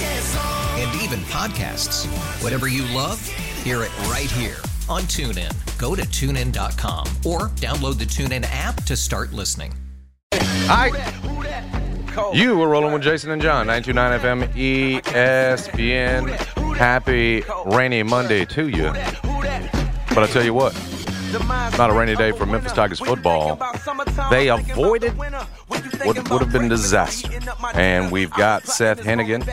Yes, oh, and even podcasts. Whatever you love, hear it right here on TuneIn. Go to tunein.com or download the TuneIn app to start listening. Hi. You were rolling with Jason and John, 929 FM ESPN. Happy rainy Monday to you. But I tell you what, Not a rainy day for Memphis Tigers football. They avoided what would have been disaster. And we've got Seth Hennigan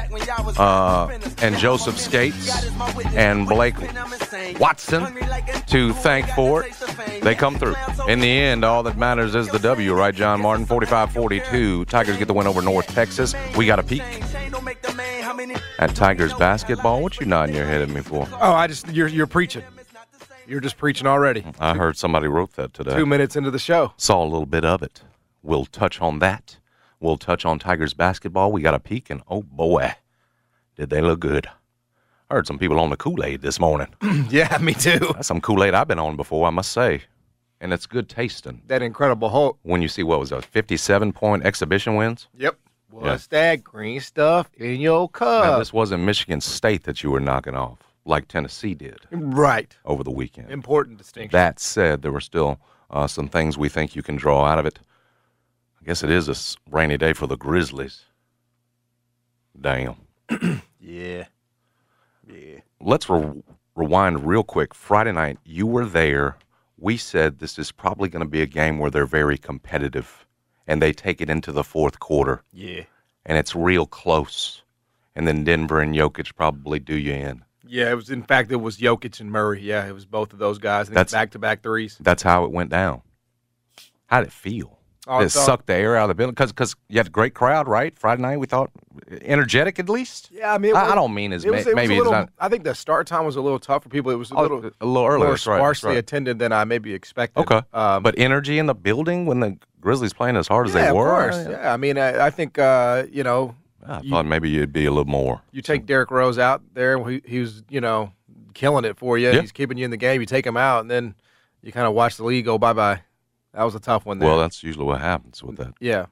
uh, and Joseph Skates and Blake Watson to thank for it. They come through. In the end, all that matters is the W, right, John Martin? 45 42. Tigers get the win over North Texas. We got a peek at Tigers basketball. What you nodding your head at me for? Oh, I just you're you're preaching. You're just preaching already. I heard somebody wrote that today. Two minutes into the show. saw a little bit of it. We'll touch on that. We'll touch on Tigers basketball. We got a peek, and oh boy, did they look good. I heard some people on the Kool Aid this morning. yeah, me too. That's some Kool Aid I've been on before, I must say. And it's good tasting That Incredible Hulk. when you see what was that, 57 point exhibition wins? Yep. What's that green stuff in your Now, cup? this wasn't Michigan State that you were knocking off like Tennessee did right. over the weekend. Important distinction. That said, there were still uh, some things we think you can draw out of it. I guess it is a s- rainy day for the Grizzlies. Damn. yeah. Yeah. Let's re- rewind real quick. Friday night, you were there. We said this is probably going to be a game where they're very competitive and they take it into the fourth quarter Yeah. and it's real close. And then Denver and Jokic probably do you in. Yeah, it was in fact it was Jokic and Murray. Yeah, it was both of those guys. And That's- it's back to back threes. That's how it went down. How'd it feel? Oh, Did I it thought- sucked the air out of the building because because you had a great crowd, right? Friday night, we thought energetic at least. Yeah, I mean, it I, I was- don't mean as It was, ma- it was maybe a little, it's not I think the start time was a little tough for people. It was a Oh, little, a little earlier, more that's right, that's sparsely right. attended than I maybe expected. okay, Um, but energy in the building when the Grizzlies playing as hard as yeah, they of were. course. Yeah, I mean, I, I think uh, you know I You- thought maybe you'd be a little more. you take Derrick Rose out there, he, he was you know killing it for you. Yeah. He's keeping you in the game. You take him out, and then you kind of watch the league go bye bye. That was a tough one. There. Well, that's usually what happens with that. yeah.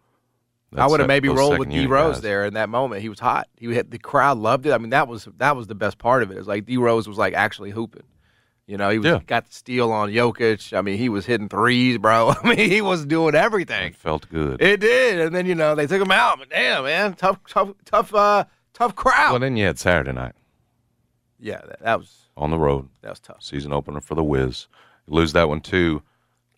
I that would have sec- maybe those rolled second with D unit Rose guys. there in that moment. He was hot. He had, the crowd loved it. I mean, that was that was the best part of it. It was like D Rose was like actually hooping. You know, he was Yeah. got the steal on Jokic. I mean, he was hitting threes, bro. I mean, he was doing everything. It felt good. It did, and then you know they took him out. But damn, man, tough, tough, tough, uh, tough crowd. well, then you had Saturday night yeah, that, that was on the road. that was tough. season opener for the Wiz. Lose that one too.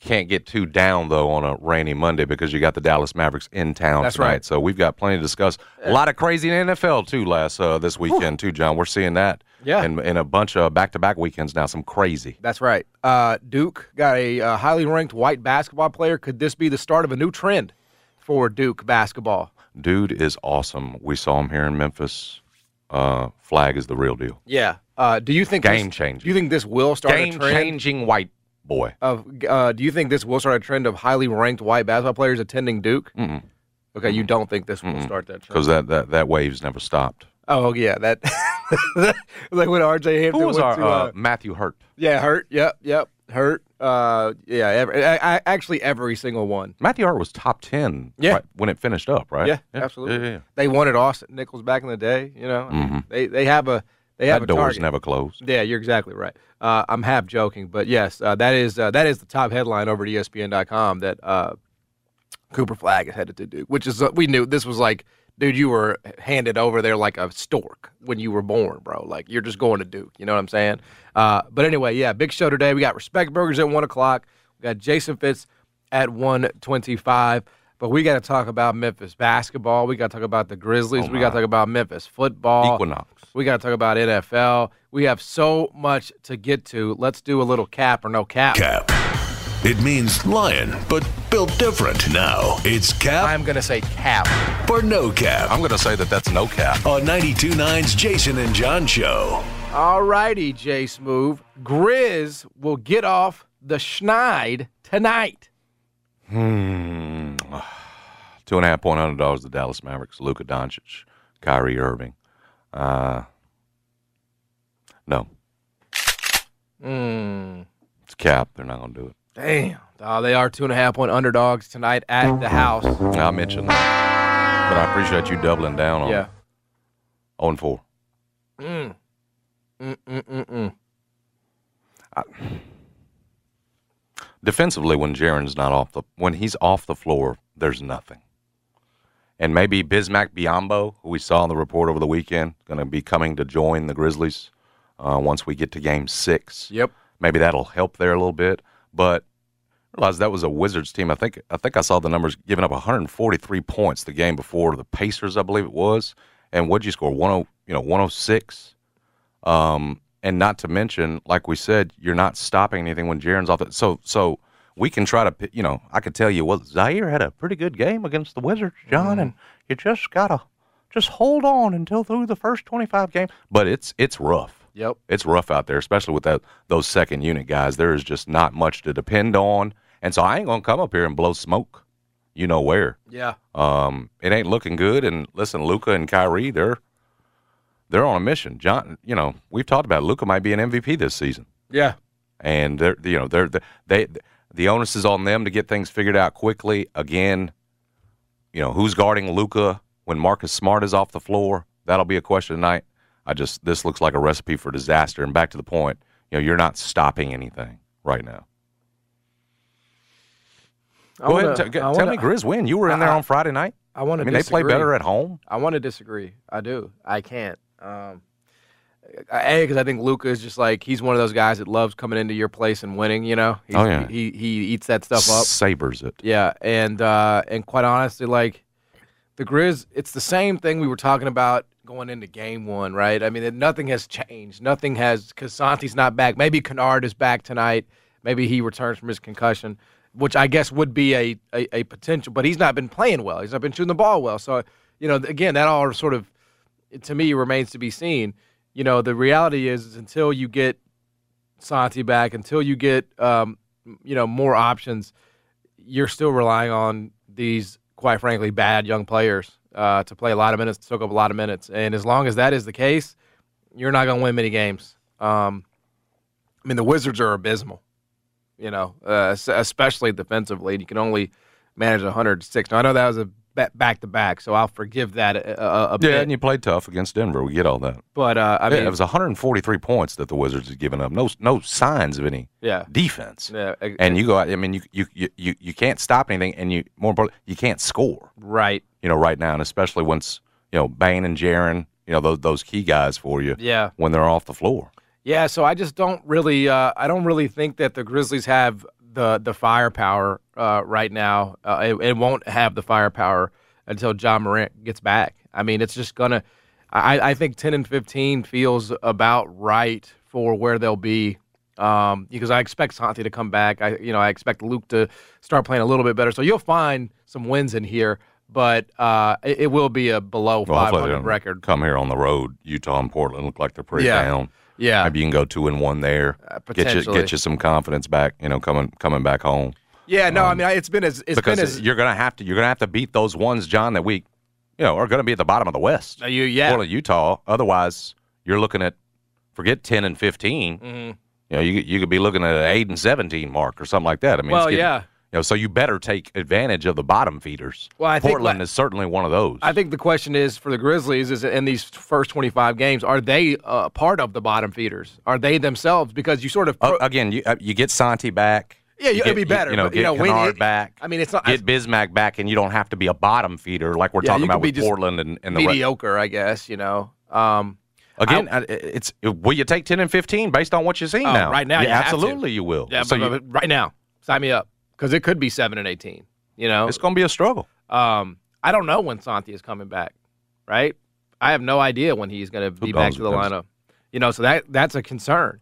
Can't get too down though on a rainy Monday because you got the Dallas Mavericks in town That's tonight. right. So we've got plenty to discuss. A lot of crazy in the NFL too last uh, this weekend too, John. We're seeing that. Yeah. And in a bunch of back to back weekends now, some crazy. That's right. Uh, Duke got a uh, highly ranked white basketball player. Could this be the start of a new trend for Duke basketball? Dude is awesome. We saw him here in Memphis. Uh, flag is the real deal. Yeah. Uh, do you think Game this, changing. Do you think this will start a Game trend changing white boy. of? Uh, do you think this will start a trend of highly ranked white basketball players attending Duke? Mm-mm. Okay, you don't think this will start that trend? Because Mm-hmm. that, that that wave's never stopped. Oh yeah, that like when RJ Hampton Who was went our to, uh, uh, Matthew Hurt? yeah hurt. Yep, yep, hurt. Uh, yeah, every, I, I, actually every single one. Matthew Hart was top ten Yeah. right when it finished up, right? Yeah, absolutely. Yeah, yeah, yeah. They wanted Austin Nichols back in the day. You know, I mean, Mhm. they they have a they have that a door's target. never closed. Yeah, you're exactly right. Uh, I'm half joking, but yes, uh, that is uh, that is the top headline over at E ESPN.com that uh, Cooper Flag is headed to Duke, which is uh, we knew this was like, dude, you were handed over there like a stork when you were born, bro. Like you're just going to Duke. You know what I'm saying? Uh, but anyway, yeah, big show today. We got Respect Burgers at one o'clock. We We got Jason Fitz at 125. But we got to talk about Memphis basketball. We got to talk about the Grizzlies. Oh, we my. got to talk about Memphis football. Equinox. We got to talk about NFL. We have so much to get to. Let's do a little cap or no cap. Cap. It means lion, but built different. Now it's cap I'm going to say cap. or no cap I'm going to say that that's no cap. on 92.9's Jason and John show. All righty, Jace Move. Grizz will get off the schneid tonight. Hmm. Two and a half point underdogs, the Dallas Mavericks, Luka Doncic, Kyrie Irving. Uh, no. Hmm. It's cap. They're not going to do it. Damn. Oh, they are two and a half point underdogs tonight at the house. I mentioned that. But I appreciate you doubling down on Yeah. 0 and 4. Mm-mm-mm. defensively when Jaron's not off the when he's off the floor, there's nothing. And maybe Bismack Biombo, who we saw in the report over the weekend, going to be coming to join the Grizzlies uh, once we get to Game Six. Yep. Maybe that'll help there a little bit. But I realize that was a Wizards team. I think I think I saw the numbers giving up 143 points the game before to the Pacers, I believe it was. And what'd you score? 10, you know, 106. Um, and not to mention, like we said, you're not stopping anything when Jaron's off. The, so, so we can try to, pi- you know, I could tell you, well, Zaire had a pretty good game against the Wizards, John, and you just gotta just hold on until through the first 25 game. But it's it's rough. Yep. It's rough out there, especially with that those second unit guys. There is just not much to depend on, and so I ain't gonna come up here and blow smoke, you know where. Yeah. Um, it ain't looking good. And listen, Luca and Kyrie, they're they're on a mission. John, you know, we've talked about Luca might be an MVP this season, Yeah. and they're you know they're, they the onus is on them to get things figured out quickly. Again, you know who's guarding Luca when Marcus Smart is off the floor? That'll be a question tonight. I just this looks like a recipe for disaster. And back to the point, you know, you're not stopping anything right now. I Go ahead, wanna- and t- I tell wanna- me, Grizz, when you were in there on Friday night. I want I to. mean, they play better at home. I want to disagree. I do. I can't. Um, a because I think Luca is just like he's one of those guys that loves coming into your place and winning. You know, he's, Oh, yeah. he, he he eats that stuff up. Sabers it. Yeah, and uh, and quite honestly, like the Grizz, it's the same thing we were talking about going into Game One, right? I mean, nothing has changed. Nothing has because Santi's not back. Maybe Kennard is back tonight. Maybe he returns from his concussion, which I guess would be a, a a potential. But he's not been playing well. He's not been shooting the ball well. So you know, again, that all sort of to me remains to be seen. You know, the reality is, is until you get Santi back, until you get um, you know more options, you're still relying on these, quite frankly, bad young players uh, to play a lot of minutes, to soak up a lot of minutes. And as long as that is the case, you're not going to win many games. Um, I mean, the Wizards are abysmal, you know, uh, es- especially defensively. And you can only manage 106. Now, I know that was a back to back, so I'll forgive that uh, a, a, a Yeah, bit. and you played tough against Denver. We get all that. but uh, I Yeah, mean, it was 143 points that the Wizards had given up. No, no signs of any yeah. defense. Yeah, e, ex- And you go out. I mean, you you you you, you can't stop anything, and you more importantly, you can't score. right. You know, right now, and especially once you know Bain and Jaron, you know those those key guys for you. Yeah. When they're off the floor. Yeah, so I just don't really, uh, I don't really think that the Grizzlies have the the firepower uh, right now. Uh, it, it won't have the firepower until John Morant gets back. I mean, it's just gonna. I, I think ten and fifteen feels about right for where they'll be um, because I expect Santi to come back. I, you know, I expect Luke to start playing a little bit better. So you'll find some wins in here, but uh, it, it will be a below Well, five hopefully they hundred don't record. Come here on the road, Utah and Portland look like they're pretty Yeah. down. Yeah, Maybe you can go two and one there. Uh, get you potentially. get you some confidence back. You know, coming coming back home. yeah. No, I mean, I- it's been as it's Um, because been as you're gonna have to you're gonna have to beat those ones, John, that we, you know, are gonna be at the bottom of the West. Uh, you- yeah. Portland, Utah. Otherwise, you're looking at forget ten and 15 Mm-hmm. You know, you you could be looking at an eight and seventeen mark or something like that. I mean, it's Well, getting- yeah. You know, so you better take advantage of the bottom feeders. Well, I think Portland la- is certainly one of those. I think the question is for the Grizzlies is in these first 25 games, are they uh, part of the bottom feeders? Are they themselves? Because you sort of. Uh, again, you uh, you get Santi back. yeah, you you, it'd get- be you- better. you know, but, get when Kennard it- back. I mean, it's not. get Bismack back, and you don't have to be a bottom feeder like we're Yeah, talking you could about be with just Portland and, and the rest. mediocre, I guess, you know. Um, Again, I, it's will you take ten and fifteen based on what you've seen Oh, now? right now Yeah, you have to. absolutely you will. yeah, so but, you, but right now. Sign me up because it could be seven and eighteen. You know, It's going to be a struggle. um, I don't know when Santi is coming back. Right? I have no idea when he's going to be back knows? to the Who knows? lineup. You know, so that that's a concern.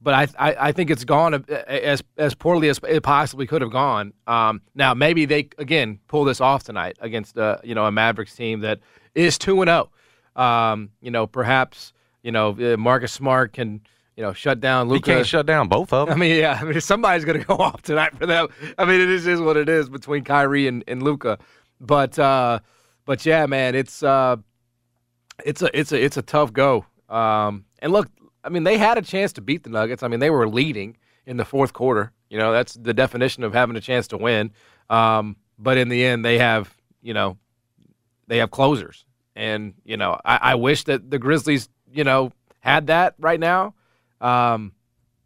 But I, I, I think it's gone a- a- as as poorly as it possibly could have gone. Um, now maybe they again pull this off tonight against uh, you know a Mavericks team that is two and zero. Um, you know, perhaps you know uh, Marcus Smart can you know shut down We Luka. can't shut down both of I them. mean, yeah, I mean, somebody's going to go off tonight for them. I mean, it is, is what it is between Kyrie and, and Luca. But uh, but yeah, man, it's uh, it's a it's a it's a tough go. Um, and look, I mean, they had a chance to beat the Nuggets. I mean, they were leading in the fourth quarter. You know, that's the definition of having a chance to win. Um, but in the end, they have you know they have closers, and you know I, I wish that the Grizzlies you know had that right now. Um,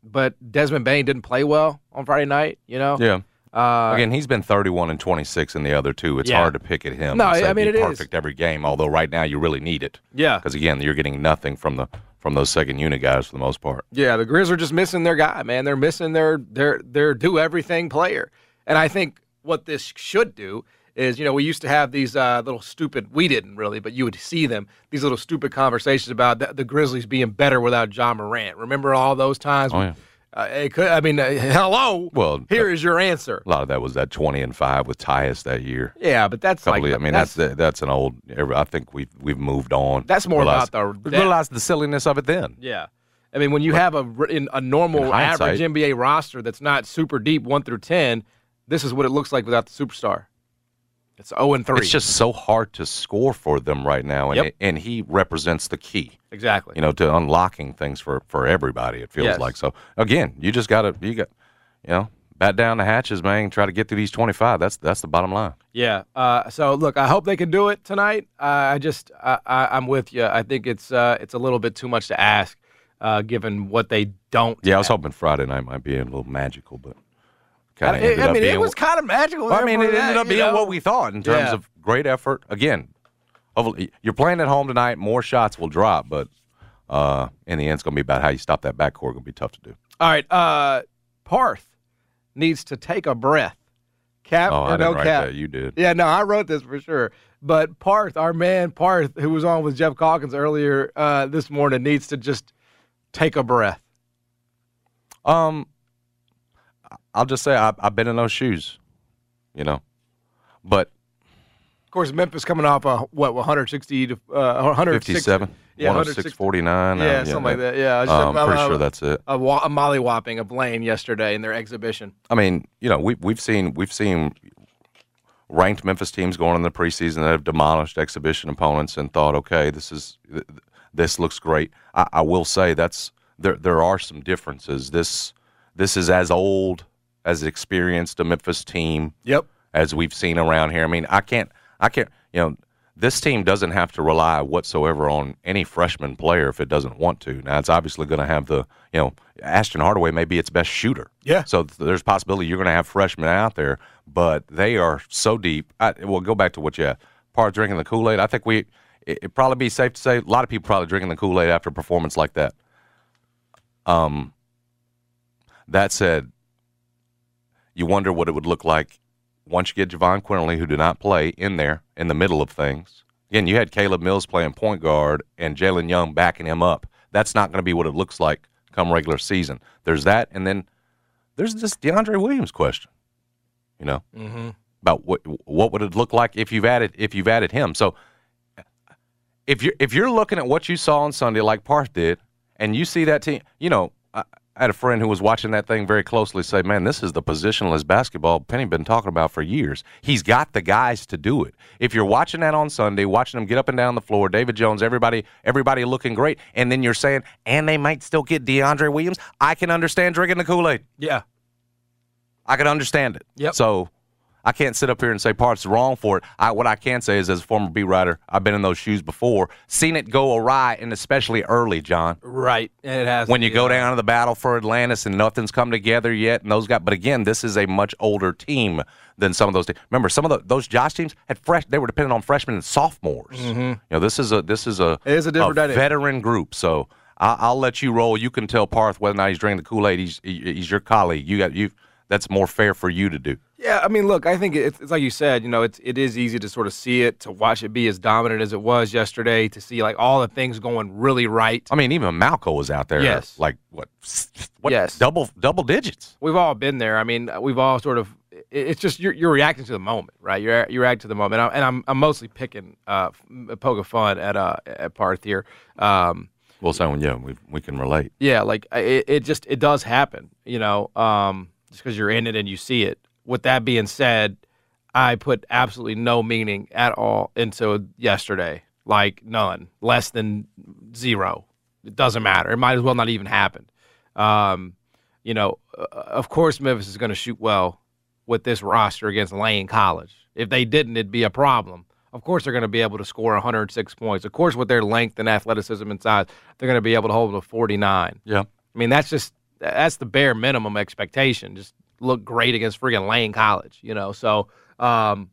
but Desmond Bain didn't play well on Friday night. You know, Yeah. Uh, Again, he's been 31 and 26 in the other two. It's Yeah. hard to pick at him. No, and say I mean, be it is. perfect every game. Although right now you really need it yeah, because again you're getting nothing from the from those second unit guys for the most part. Yeah, the Grizz are just missing their guy, man. They're missing their their their do everything player. And I think what this should do is, you know, we used to have these uh, little stupid. We didn't really, but you would see them these little stupid conversations about the, the Grizzlies being better without John Morant. Remember all those times? Oh, yeah. Uh, it could, I mean, uh, hello. Well, here uh, is your answer. A lot of that was that 20 and five with Tyus that year. Yeah, but that's Couple like of- I mean that's that's, an old. I think we've we've moved on. That's more Realized- about the- we realized the silliness of it then. Yeah. I mean, when you have a r- in a normal In hindsight- average NBA roster that's not super deep, one through ten, this is what it looks like without the superstar. It's zero and three. It's just so hard to score for them right now, and Yep. it- and he represents the key. exactly. you know, to unlocking things for for everybody. It feels Yes. like so. Again, you just gotta you got, you know, bat down the hatches, man. and Try to get through these twenty five. That's that's the bottom line. Yeah. Uh, so look, I hope they can do it tonight. Uh, I just, I, I, I'm with you. I think it's, uh, it's a little bit too much to ask, uh, given what they don't. Yeah, I was hoping Friday night might be a little magical, but I, kind of ended I up mean, being. it was kind of magical. I mean, there it for ended that, up you being know? what we thought in terms Yeah. of great effort. Again, hopefully- you're playing at home tonight. More shots will drop, but uh, in the end, it's going to be about how you stop that backcourt. Going to be tough to do. All right. Uh, Parth needs to take a breath. Cap Oh, or I didn't no write cap? that. You did. Yeah, no, I wrote this for sure. But Parth, our man Parth, who was on with Jeff Calkins earlier uh, this morning, needs to just take a breath. Um, I'll just say I, I've been in those shoes, you know. But Of course, Memphis coming off a what 160 to uh, 160, 57, yeah, 106, 160, 49. yeah, something like that. Yeah, I was just- I'm Um, pretty I- sure that's it. a, wa- a molly whopping of Lane yesterday in their exhibition. I mean, you know, we, we've seen we've seen ranked Memphis teams going in the preseason that have demolished exhibition opponents and thought, okay, this is th- th- this looks great. I, I will say that's there. There are some differences. This this is as old as experienced a Memphis team Yep. as we've seen around here. I mean, I can't, I can't, you know, this team doesn't have to rely whatsoever on any freshman player if it doesn't want to. Now, it's obviously going to have the, you know, Ashton Hardaway may be its best shooter. Yeah. So th- there's possibility you're going to have freshmen out there, but they are so deep. I, well, go back to what you had. Part drinking the Kool Aid. I think we, it, it'd probably be safe to say a lot of people probably drinking the Kool Aid after a performance like that. Um, that said, you wonder what it would look like once you get Javon Quinterly, who did not play, in there in the middle of things. Again, you had Caleb Mills playing point guard and Jalen Young backing him up. That's not going to be what it looks like come regular season. There's that, and then there's this DeAndre Williams question. You know Mm-hmm. about what what would it look like if you've added if you've added him. So if you're if you're looking at what you saw on Sunday, like Parth did, and you see that team, you know, I, I had a friend who was watching that thing very closely. Say, man, this is the positionless basketball Penny been talking about for years. He's got the guys to do it. If you're watching that on Sunday, watching them get up and down the floor, David Jones, everybody, everybody looking great, and then you're saying, and they might still get DeAndre Williams. I can understand drinking the Kool Aid. Yeah. I can understand it. Yep. So I can't sit up here and say part's wrong for it. I, what I can say is, as a former beat writer, I've been in those shoes before, seen it go awry, and especially early, John. Right. And it has When to you be go that. down to the battle for Atlantis and nothing's come together yet, and those guys. But again, this is a much older team than some of those. Teams. Remember, some of the, those Josh teams had fresh. They were dependent on freshmen and sophomores. You know, this is a this is a Mm-hmm. It is a different dynamic. veteran group. So I, I'll let you roll. You can tell Parth whether or not he's drinking the Kool Aid. He's he, he's your colleague. You got you. that's more fair for you to do. Yeah, I mean, look, I think it's, it's like you said, you know, it's, it is easy to sort of see it, to watch it be as dominant as it was yesterday, to see like all the things going really right. I mean, even Malco was out there, Yes. like what, what, Yes. double double digits. We've all been there. I mean, we've all sort of. it- It's just you're, you're reacting to the moment, right? You're you're reacting to the moment, and I'm, and I'm, I'm mostly picking uh, f- poking fun at uh at Parth here. Um, Well, so yeah, we we can relate. yeah, like I- it, it just it does happen, you know, um, just because you're in it and you see it. With that being said, I put absolutely no meaning at all into yesterday, like none, less than zero. It doesn't matter. It might as well not even happen. Um, you know, uh, of course Memphis is going to shoot well with this roster against Lane College. If they didn't, it'd be a problem. Of course, they're going to be able to score 106 points. Of course, with their length and athleticism and size, they're going to be able to hold them to 49. Yeah, I mean, that's just that's the bare minimum expectation. Just look great against friggin' Lane College, you know. So um,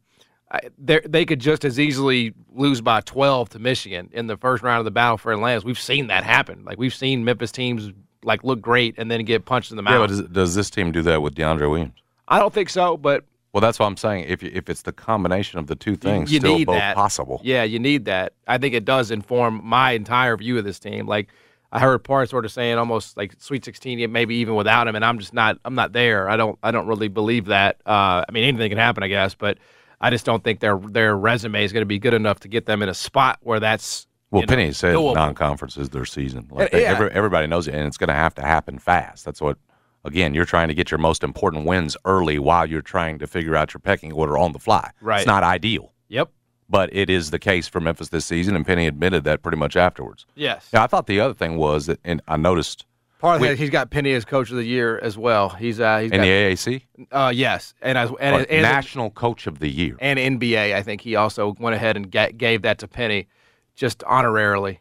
I, they're- they could just as easily lose by 12 to Michigan in the first round of the battle for Atlantis. We've seen that happen. Like we've seen Memphis teams like look great and then get punched in the mouth. yeah. But does, does this team do that with DeAndre Williams? I don't think so, but Well, that's what I'm saying. If you, if it's the combination of the two you- things, you still need both that. possible. Yeah, you need that. I think it does inform my entire view of this team. Like I heard part sort of saying almost like Sweet Sixteen, yet maybe even without him, and I'm just not. I'm not there. I don't. I don't really believe that. Uh, I mean, anything can happen, I guess, but I just don't think their their resume is going to be good enough to get them in a spot where that's. Well, you know, Penny said doable. non-conference is their season. Like Yeah, they, yeah. every, everybody knows it, and it's going to have to happen fast. That's what. Again, you're trying to get your most important wins early while you're trying to figure out your pecking order on the fly. Right. It's not ideal, Yep. but it is the case for Memphis this season, and Penny admitted that pretty much afterwards. Yes. Yeah, I thought the other thing was that, and I noticed Part of we- that, he's got Penny as coach of the year as well. He's uh, he's in the got, AAC, uh yes, and as and, like, and, and National Coach of the Year. and NBA. I think he also went ahead and ga- gave that to Penny, just honorarily.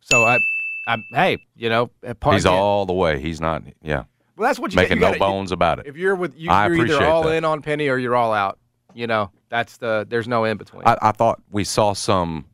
So I, I hey, you know, at part He's all the way. He's not, yeah, well, that's what you making you no gotta- bones about it. If you're with, you, I you're either appreciate all that. in on Penny or you're all out. You know, that's the there's no in between. I, I thought we saw some.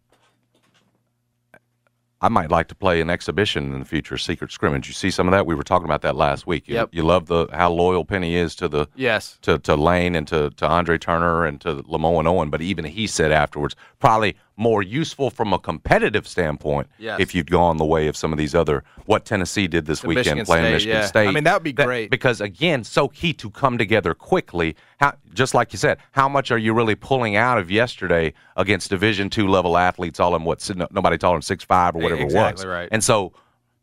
I might like to play an exhibition in the future, secret scrimmage. You see some of that. We were talking about that last week. You, Yep. you love the how loyal Penny is to the yes, to, to Lane and to, to Andre Turner and to Lamo and Owen. But even he said afterwards, probably more useful from a competitive standpoint Yes. if you'd gone the way of some of these other what Tennessee did this To weekend Michigan playing State, Michigan yeah. State. I mean, that would be great. because again, so key to come together quickly. How just like you said, how much are you really pulling out of yesterday against Division two level athletes? All in what si- no- nobody told him six five or whatever E, exactly it was. right. And so.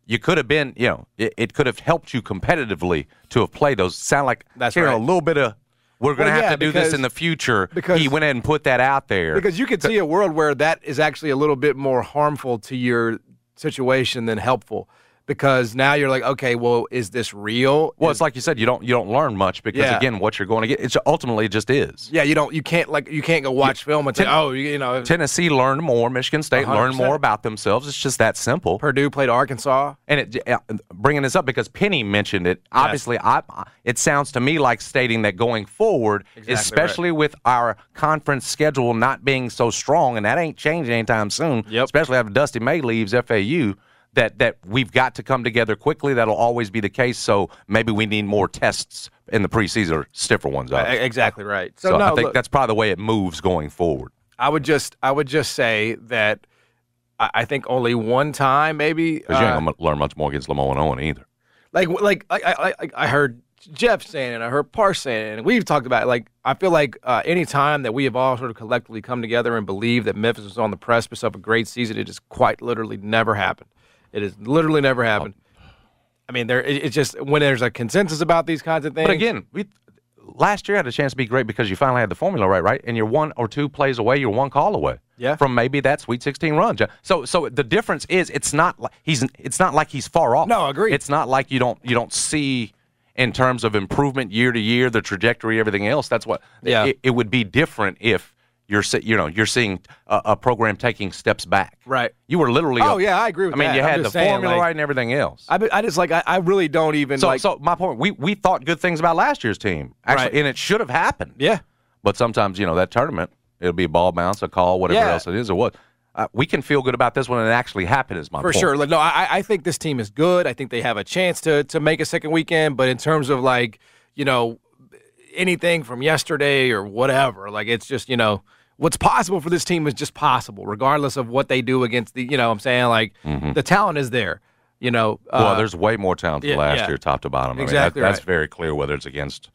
You could have been, you know, it, it could have helped you competitively to have played those. Sound like That's hearing right. a little bit of we're going to have Well, yeah, to do because- this in the future. because- he went ahead and put that out there. because you could see a world where that is actually a little bit more harmful to your situation than helpful. Because now you're like, okay, well, is this real? well, it's like you said, you don't you don't learn much because Yeah. again, what you're going to get, it's ultimately it just is. yeah, you don't, you can't like, you can't go watch film and say, oh, you, you know, Tennessee learned more. Michigan State learned 100%. more about themselves. It's just that simple. Purdue played Arkansas. And it, uh, bringing this up because Penny mentioned it. Obviously, I, it sounds to me like stating that going forward, Exactly right. especially with our conference schedule not being so strong, and that ain't changing anytime soon. Yep. Especially after Dusty May leaves FAU, that that we've got to come together quickly. That'll always be the case. So maybe we need more tests in the preseason, or stiffer ones. E- obviously. Exactly right. So, So no, I think look, that's probably the way it moves going forward. I would just I would just say that I, I think only one time maybe Because you uh, ain't gonna learn much more against Lamar and Owen either. like like I, I I- I heard Jeff saying it, I heard Parr saying it, and we've talked about it. Like I feel like uh, any time that we have all sort of collectively come together and believe that Memphis was on the precipice of a great season, it has quite literally never happened. It has literally never happened. I mean, there it, it's just when there's a consensus about these kinds of things. But again, we last year had a chance to be great because you finally had the formula right, right? And you're one or two plays away, you're one call away. Yeah. From maybe that Sweet 16 run. Jo- So so the difference is it's not like he's it's not like he's far off. No, agreed. It's not like you don't you don't see in terms of improvement year to year, the trajectory, everything else. That's what Yeah. it, it would be different if you're se- you know you're seeing a, a program taking steps back. Right. You were literally Oh, a- yeah, I agree with I mean, that. you I'm had the just saying, formula like- right and everything else. I, I just like I, I really don't even So, like so my point, we we thought good things about last year's team, actually, Right. and it should have happened. yeah. But sometimes, you know, that tournament, it'll be a ball bounce, a call, whatever Yeah. else it is, or what. Uh, we can feel good about this one, and it actually happened. Is my For point. sure. Like, no, I, I think this team is good. I think they have a chance to to make a second weekend. But in terms of like, you know, anything from yesterday or whatever. Like it's just, you know, what's possible for this team is just possible, regardless of what they do against the, you know, what I'm saying like the talent is there. You know, well, there's way more talent than Uh, yeah, last yeah. year, top to bottom. I mean, that- Exactly that's right. very clear whether it's against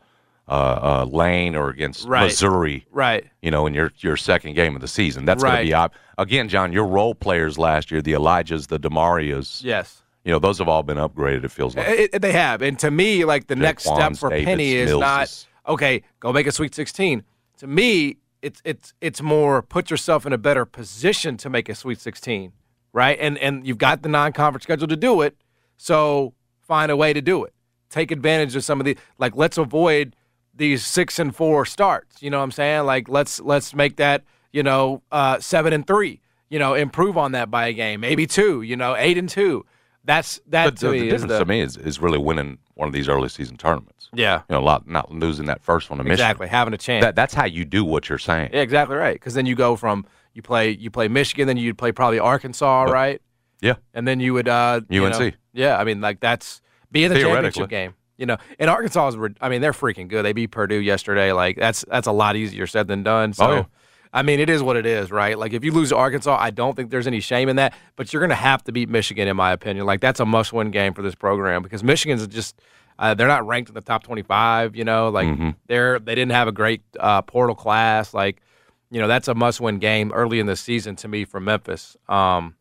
uh, uh, Lane or against Right. Missouri. right. You know, in your your second game of the season, that's going Right. to be ob- again, John. Your role players last year, the Elijahs, the Demarias, Yes. you know, those have all been upgraded. It feels like It, it- Eh, they have. And to me, like the next step Jaquan's, for Davis, Penny is Millses. not okay. Go make a Sweet Sixteen. To me, it's it's it's more put yourself in a better position to make a Sweet Sixteen, right? And and you've got the non-conference schedule to do it. So find a way to do it. Take advantage of some of the like. Let's avoid these six and four starts. You know what I'm saying? Like let's let's make that you know uh, seven and three. You know, improve on that by a game, maybe two. You know, eight and two. That's that But to the, me the is difference the to me is, is really winning one of these early season tournaments. yeah. You know, a lot not losing that first one to Michigan. Exactly, having a chance. That, that's how you do what you're saying. yeah, exactly right. Because then you go from you play you play Michigan, then you'd play probably Arkansas, right? yeah. And then you would uh, you UNC. know- yeah, I mean like that's be in the Theoretically. championship game. You know, and Arkansas is rid- I mean they're freaking good. They beat Purdue yesterday. Like that's that's a lot easier said than done. So. yeah. I mean, it is what it is, right? Like, if you lose to Arkansas, I don't think there's any shame in that, but you're going to have to beat Michigan, in my opinion. Like, that's a must win game for this program because Michigan's just, uh, they're not ranked in the top 25, you know? Like, they're, they didn't have a great uh, portal class. Like, you know, that's a must win game early in the season to me for Memphis. Um,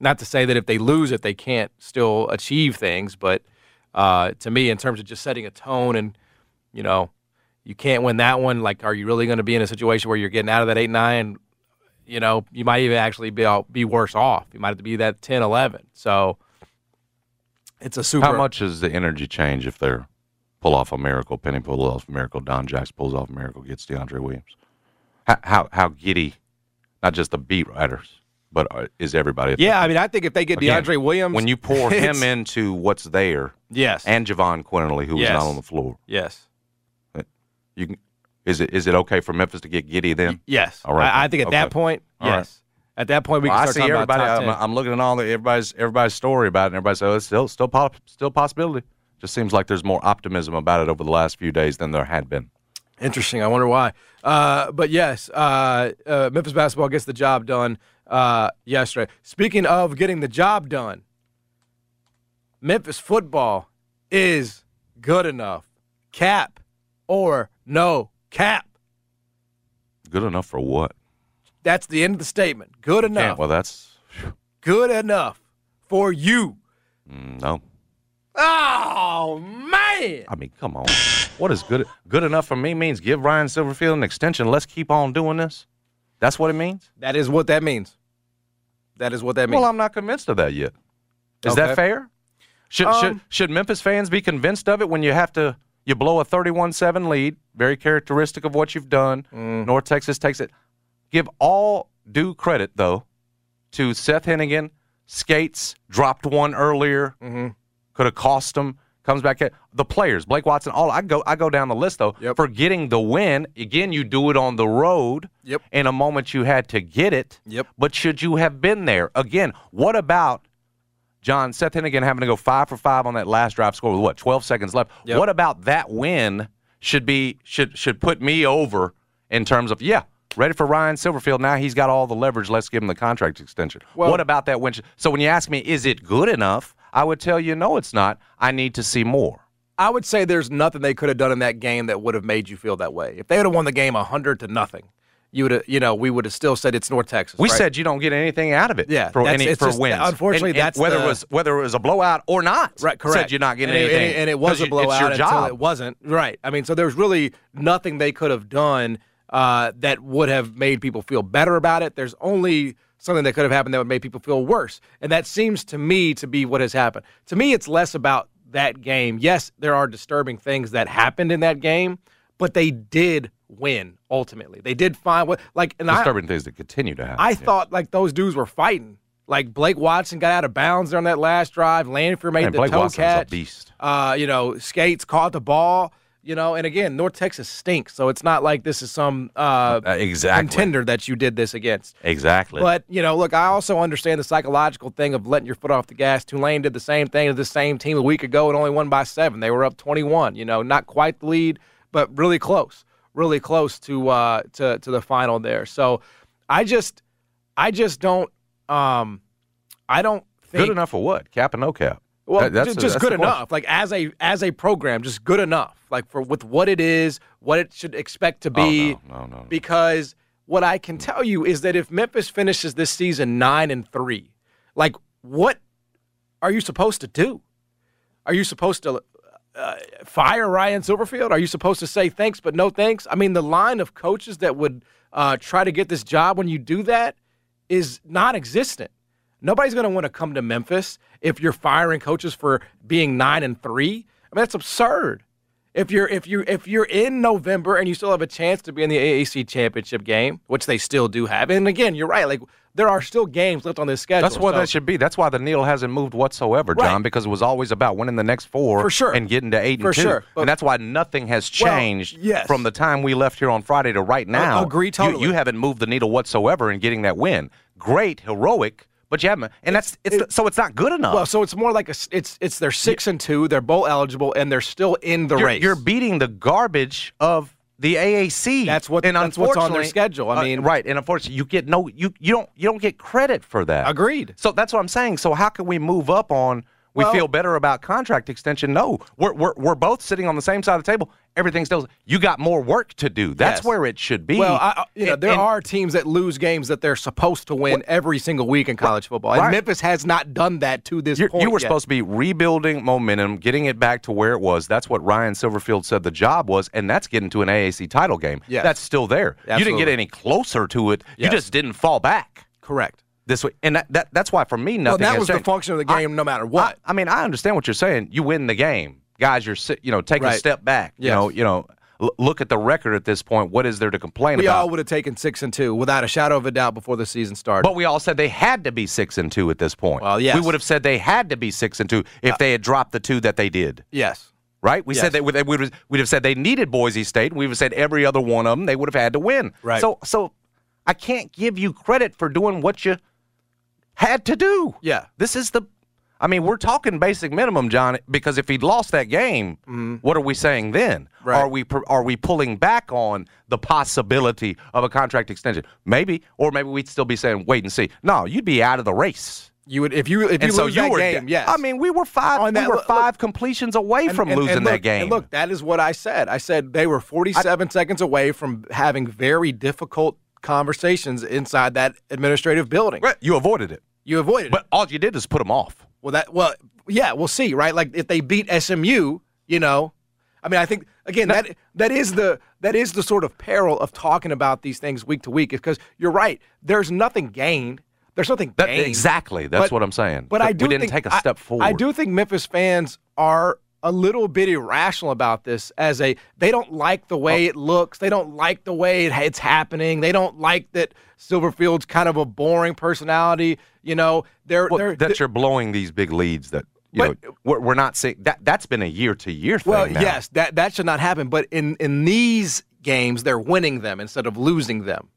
not to say that if they lose it, they can't still achieve things, but uh, to me, in terms of just setting a tone and, you know, you can't win that one. Like, are you really going to be in a situation where you're getting out of that 8 9? You know, you might even actually be out, be worse off. You might have to be that 10 11. So it's a super. How much is the energy change if they're pull off a miracle, Penny pulls off a miracle, Don Jacks pulls off a miracle, gets DeAndre Williams? How how, how giddy, not just the beat writers, but uh, is everybody? at Yeah, that I mean, I think if they get point? Again, DeAndre Williams. When you pour it's- him into what's there Yes. and Javon Quinley, who was Yes. not on the floor, yes. you can, is it is it okay for Memphis to get giddy then? Yes. All right. I, I think at Okay. that point, All right. yes. At that point, we Well, can I start see talking everybody. about top I'm, 10. I'm looking at all the everybody's everybody's story about it, and everybody says oh, it's still still pos- still possibility. Just seems like there's more optimism about it over the last few days than there had been. Interesting. I wonder why. Uh, but yes, uh, uh, Memphis basketball gets the job done uh, yesterday. Speaking of getting the job done, Memphis football is good enough. Cap or no cap. Good enough for what? That's the end of the statement. Good Can't- enough. Well, that's Good enough for you. mm, no. Oh, man. I mean, come on. What is good good enough for me means give Ryan Silverfield an extension. Let's keep on doing this. That's what it means. That is what that means. That is what that means. Well, I'm not convinced of that yet. Is that Okay. fair? Should, should Um, should Memphis fans be convinced of it when you have to you blow a 31-7 lead, very characteristic of what you've done. Mm. North Texas takes it. Give all due credit though to Seth Hennigan. Skates dropped one earlier. Mm-hmm. Could have cost him. Comes back at the players, Blake Watson. All I go I go down the list though Yep. for getting the win. Again, you do it on the road. Yep. In a moment you had to get it. Yep. But should you have been there? Again, what about John Seth Hennigan having to go five for five on that last drive score with what twelve seconds left. Yep. What about that win should be should should put me over in terms of yeah ready for Ryan Silverfield now he's got all the leverage let's give him the contract extension. Well- what about that win? should- So when you ask me is it good enough, I would tell you no, it's not. I need to see more. I would say there's nothing they could have done in that game that would have made you feel that way. If they would have won the game 100 to nothing, you would have, you know, we would have still said it's North Texas. We right? said you don't get anything out of it. Yeah, for that's- any it's for just- wins. unfortunately, And- and that's whether the- it was whether it was a blowout or not. Right, correct. Said you're not getting and it- anything, and it, and it was 'cause a you- blowout. It's your until job. it wasn't right. I mean, so there's really nothing they could have done uh, that would have made people feel better about it. There's only something that could have happened that would make people feel worse, and that seems to me to be what has happened. To me, it's less about that game. Yes, there are disturbing things that happened in that game, but they did win ultimately. They did find what like and I, Disturbing things that continue to happen. I yeah. thought like those dudes were fighting. Like Blake Watson got out of bounds on that last drive. Lanford made Man, the Blake toe Watson's a catch. beast. Uh, you know, skates caught the ball. You know, and again, North Texas stinks, so it's not like this is some uh, Uh, exactly. contender that you did this against. Exactly. But you know, look, I also understand the psychological thing of letting your foot off the gas. Tulane did the same thing to the same team a week ago and only won by seven. They were up twenty-one. You know, not quite the lead, but really close, really close to uh, to to the final there. So, I just, I just don't, um, I don't think good enough for what? Cap and no cap. well, That- ju- the- just good the question. enough. Like as a as a program, just good enough. Like for with what it is, what it should expect to be. Oh, no, no, no, no. Because what I can tell you is that if Memphis finishes this season nine and three, like what are you supposed to do? Are you supposed to uh, fire Ryan Silverfield? Are you supposed to say thanks but no thanks? I mean, the line of coaches that would uh, try to get this job when you do that is non-existent. Nobody's going to want to come to Memphis if you're firing coaches for being nine and three. I mean, that's absurd. If you're if you if you're in November and you still have a chance to be in the AAC championship game, which they still do have, and again, you're right. Like there are still games left on this schedule. That's what so- that should be. That's why the needle hasn't moved whatsoever, Right. John, because it was always about winning the next four For sure. and getting to eight For and two. sure. But- and that's why nothing has Well, changed yes. from the time we left here on Friday to right now. agree You- totally. You, haven't moved the needle whatsoever in getting that win. Great, heroic, but you haven't. And that's it's it- so it's not good enough. Well, so it's more like a s- it's it's they're six and two, they're bowl eligible, and they're still in the you're, race. you're beating the garbage of the AAC. That's what- And that's what's on their unfortunately- schedule. I uh, mean- right. And unfortunately, you get no. You you don't you don't get credit for that. Agreed. So that's what I'm saying. So how can we move up on? We Well- feel better about contract extension. No, we're, we're we're both sitting on the same side of the table. Everything's still. You got more work to do. That's Yes. where it should be. well, I, I- you know, And- there and- are teams that lose games that they're supposed to win every single week in college football, and right. Memphis has not done that to this You're- point. you were yet. supposed to be rebuilding momentum, getting it back to where it was. That's what Ryan Silverfield said the job was, and that's getting to an AAC title game. Yes. That's still there. You didn't get Absolutely. any closer to it. Yes. You just didn't fall back correct. this way. And that, that that's why for me Well, nothing. that has was the changed. function of the I- game, no matter what. I, I mean, I understand what you're saying. You win the game, guys. You're sit, you know taking a Right. step back. You Yes. know, you know. l- look at the record at this point. What is there to complain we about? all would have taken six and two without a shadow of a doubt before the season started. But we all said they had to be six and two at this point. Well, yes. Uh, we would have said they had to be six and two if they had dropped the two that they did. yes, right? We Yes. said that we would we'd have said they needed Boise State. and We would have said every other one of them they would have had to win. Right. So so I can't give you credit for doing what you had to do. Yeah. This is the. I mean, we're talking basic minimum, John, because if he'd lost that game, what are we saying then? Mm-hmm. Right. Are we pr- are we pulling back on the possibility of a contract extension? Maybe, or maybe we'd still be saying wait and see. No, you'd be out of the race. you would if you if you and so lose you that were. game. yes, I mean, we were five. Oh, We and that- were look- five completions away And- from and- losing and that look- game. And look, that is what I said. I said they were 47 seconds away from having very difficult conversations inside that administrative building. Well, you avoided it, You avoided but it. all you did is put them off. Well, that well, yeah, we'll see, right? Like if they beat SMU, you know, I mean, I think again that that is the that is the sort of peril of talking about these things week to week because you're right. There's nothing gained. There's nothing That- gained. exactly. That's what I'm saying. But I We do didn't think- take a I- step forward. I do think Memphis fans are a little bit irrational about this as a they don't like the way Oh. it looks. They don't like the way it, it's happening. They don't like that Silverfield's kind of a boring personality. You know, they're Well, they're that you're blowing these big leads that you But- know we're, we're not seeing. That that's been a year to year thing. Well, now. yes, that that should not happen. But in in these games, they're winning them instead of losing them.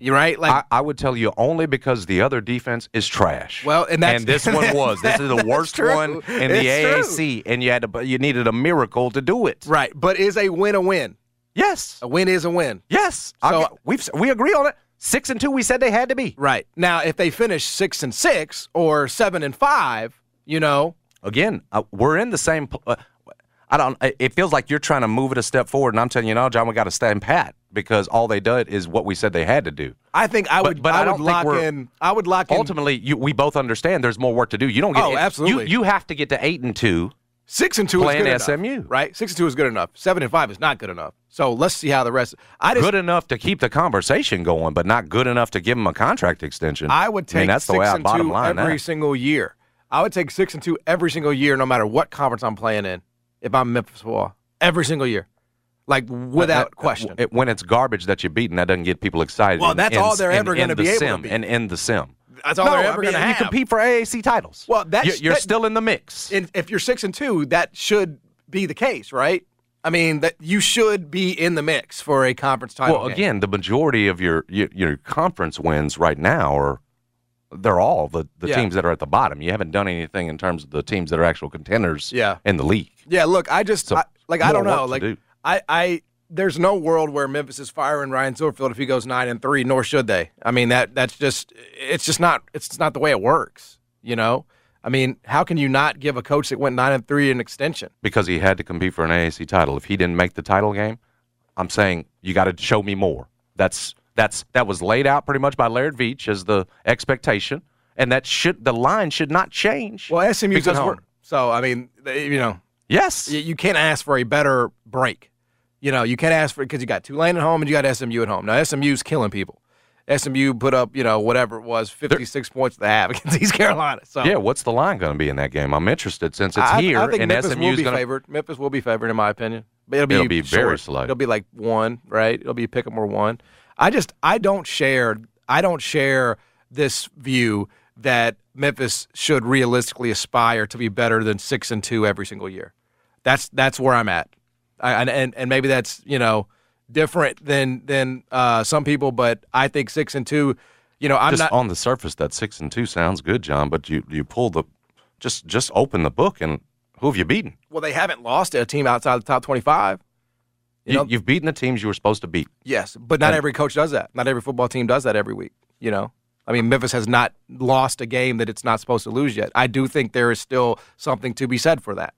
You right? Like I, I would tell you only because the other defense is trash. Well, and that's- this one was. This is the worst true. one in the It's true. AAC, and you had to, but you needed a miracle to do it. right, but is a win a win? Yes. A win is a win. Yes. So- I, we've we agree on it. Six and two. We said they had to be. Right now, if they finish six and six or seven and five, you know, again, uh, we're in the same. Pl- uh, I don't. It it feels like you're trying to move it a step forward, and I'm telling you, no, John, we got to stand pat because all they did is what we said they had to do. I think I But- would. but I I, don't would think lock we're- in. I would lock in Ultimately, you, we both understand there's more work to do. You don't get. Oh, you- absolutely. You, have to get to eight and two. six and two. playing is good SMU. enough, right? Six and two is good enough. Seven and five is not good enough. So let's see how the rest. I just Good enough to keep the conversation going, but not good enough to give them a contract extension. I would take mean, that's six the way I and bottom two line every that. single year. I would take six and two every single year, no matter what conference I'm playing in. If I'm Memphis football, every single year, like without Uh, uh, question. it- when it's garbage that you're beating, that doesn't get people excited. Well, in- that's in- all they're in- ever in gonna the be able to sim, be. And in the sim, that's all no, they're I ever mean, going to You have. compete for AAC titles. Well, that's- you're, you're that- still in the mix. And if you're six and two, that should be the case, right? I mean, that you should be in the mix for a conference title. Well, game. again, the majority of your, your your conference wins right now are they're all the, the Yeah. teams that are at the bottom. You haven't done anything in terms of the teams that are actual contenders Yeah. in the league. Yeah, look, I just So, I, like I more don't know. work to Like do. I, I there's no world where Memphis is firing Ryan Silverfield if he goes nine and three, nor should they. I mean that that's just it's just not it's not the way it works. You know, I mean, how can you not give a coach that went nine and three an extension? because he had to compete for an AAC title. If he didn't make the title game, I'm saying you got to show me more. That's that's that was laid out pretty much by Laird Veach as the expectation, and that should the line should not change. Well, SMU's Because at home, we're- so I mean, they, you know, yes, you, you can't ask for a better break. You know, you can't ask for because you got Tulane at home and you got SMU at home. Now SMU's killing people. SMU put up, you know, whatever it was, fifty six points at the half against East Carolina. So yeah. What's the line going to be in that game? I'm interested since it's I, here I think and Memphis SMU's will be going to favored. Memphis will be favored in my opinion. But it'll be, It'll be very short. slight. It'll be like one, right? It'll be pick 'em or one. I just I don't share I don't share this view that Memphis should realistically aspire to be better than six and two every single year. That's that's where I'm at. I, and, and and maybe that's you know different than than uh, some people, but I think six and two. You know, I'm just not. on the surface that six and two sounds good, John. But you you pull the just just open the book and who have you beaten? well, they haven't lost to a team outside the top twenty-five. You You know- you've beaten the teams you were supposed to beat. Yes, but not every coach does that. Not every football team does that every week. You know, I mean, Memphis has not lost a game that it's not supposed to lose yet. I do think there is still something to be said for that.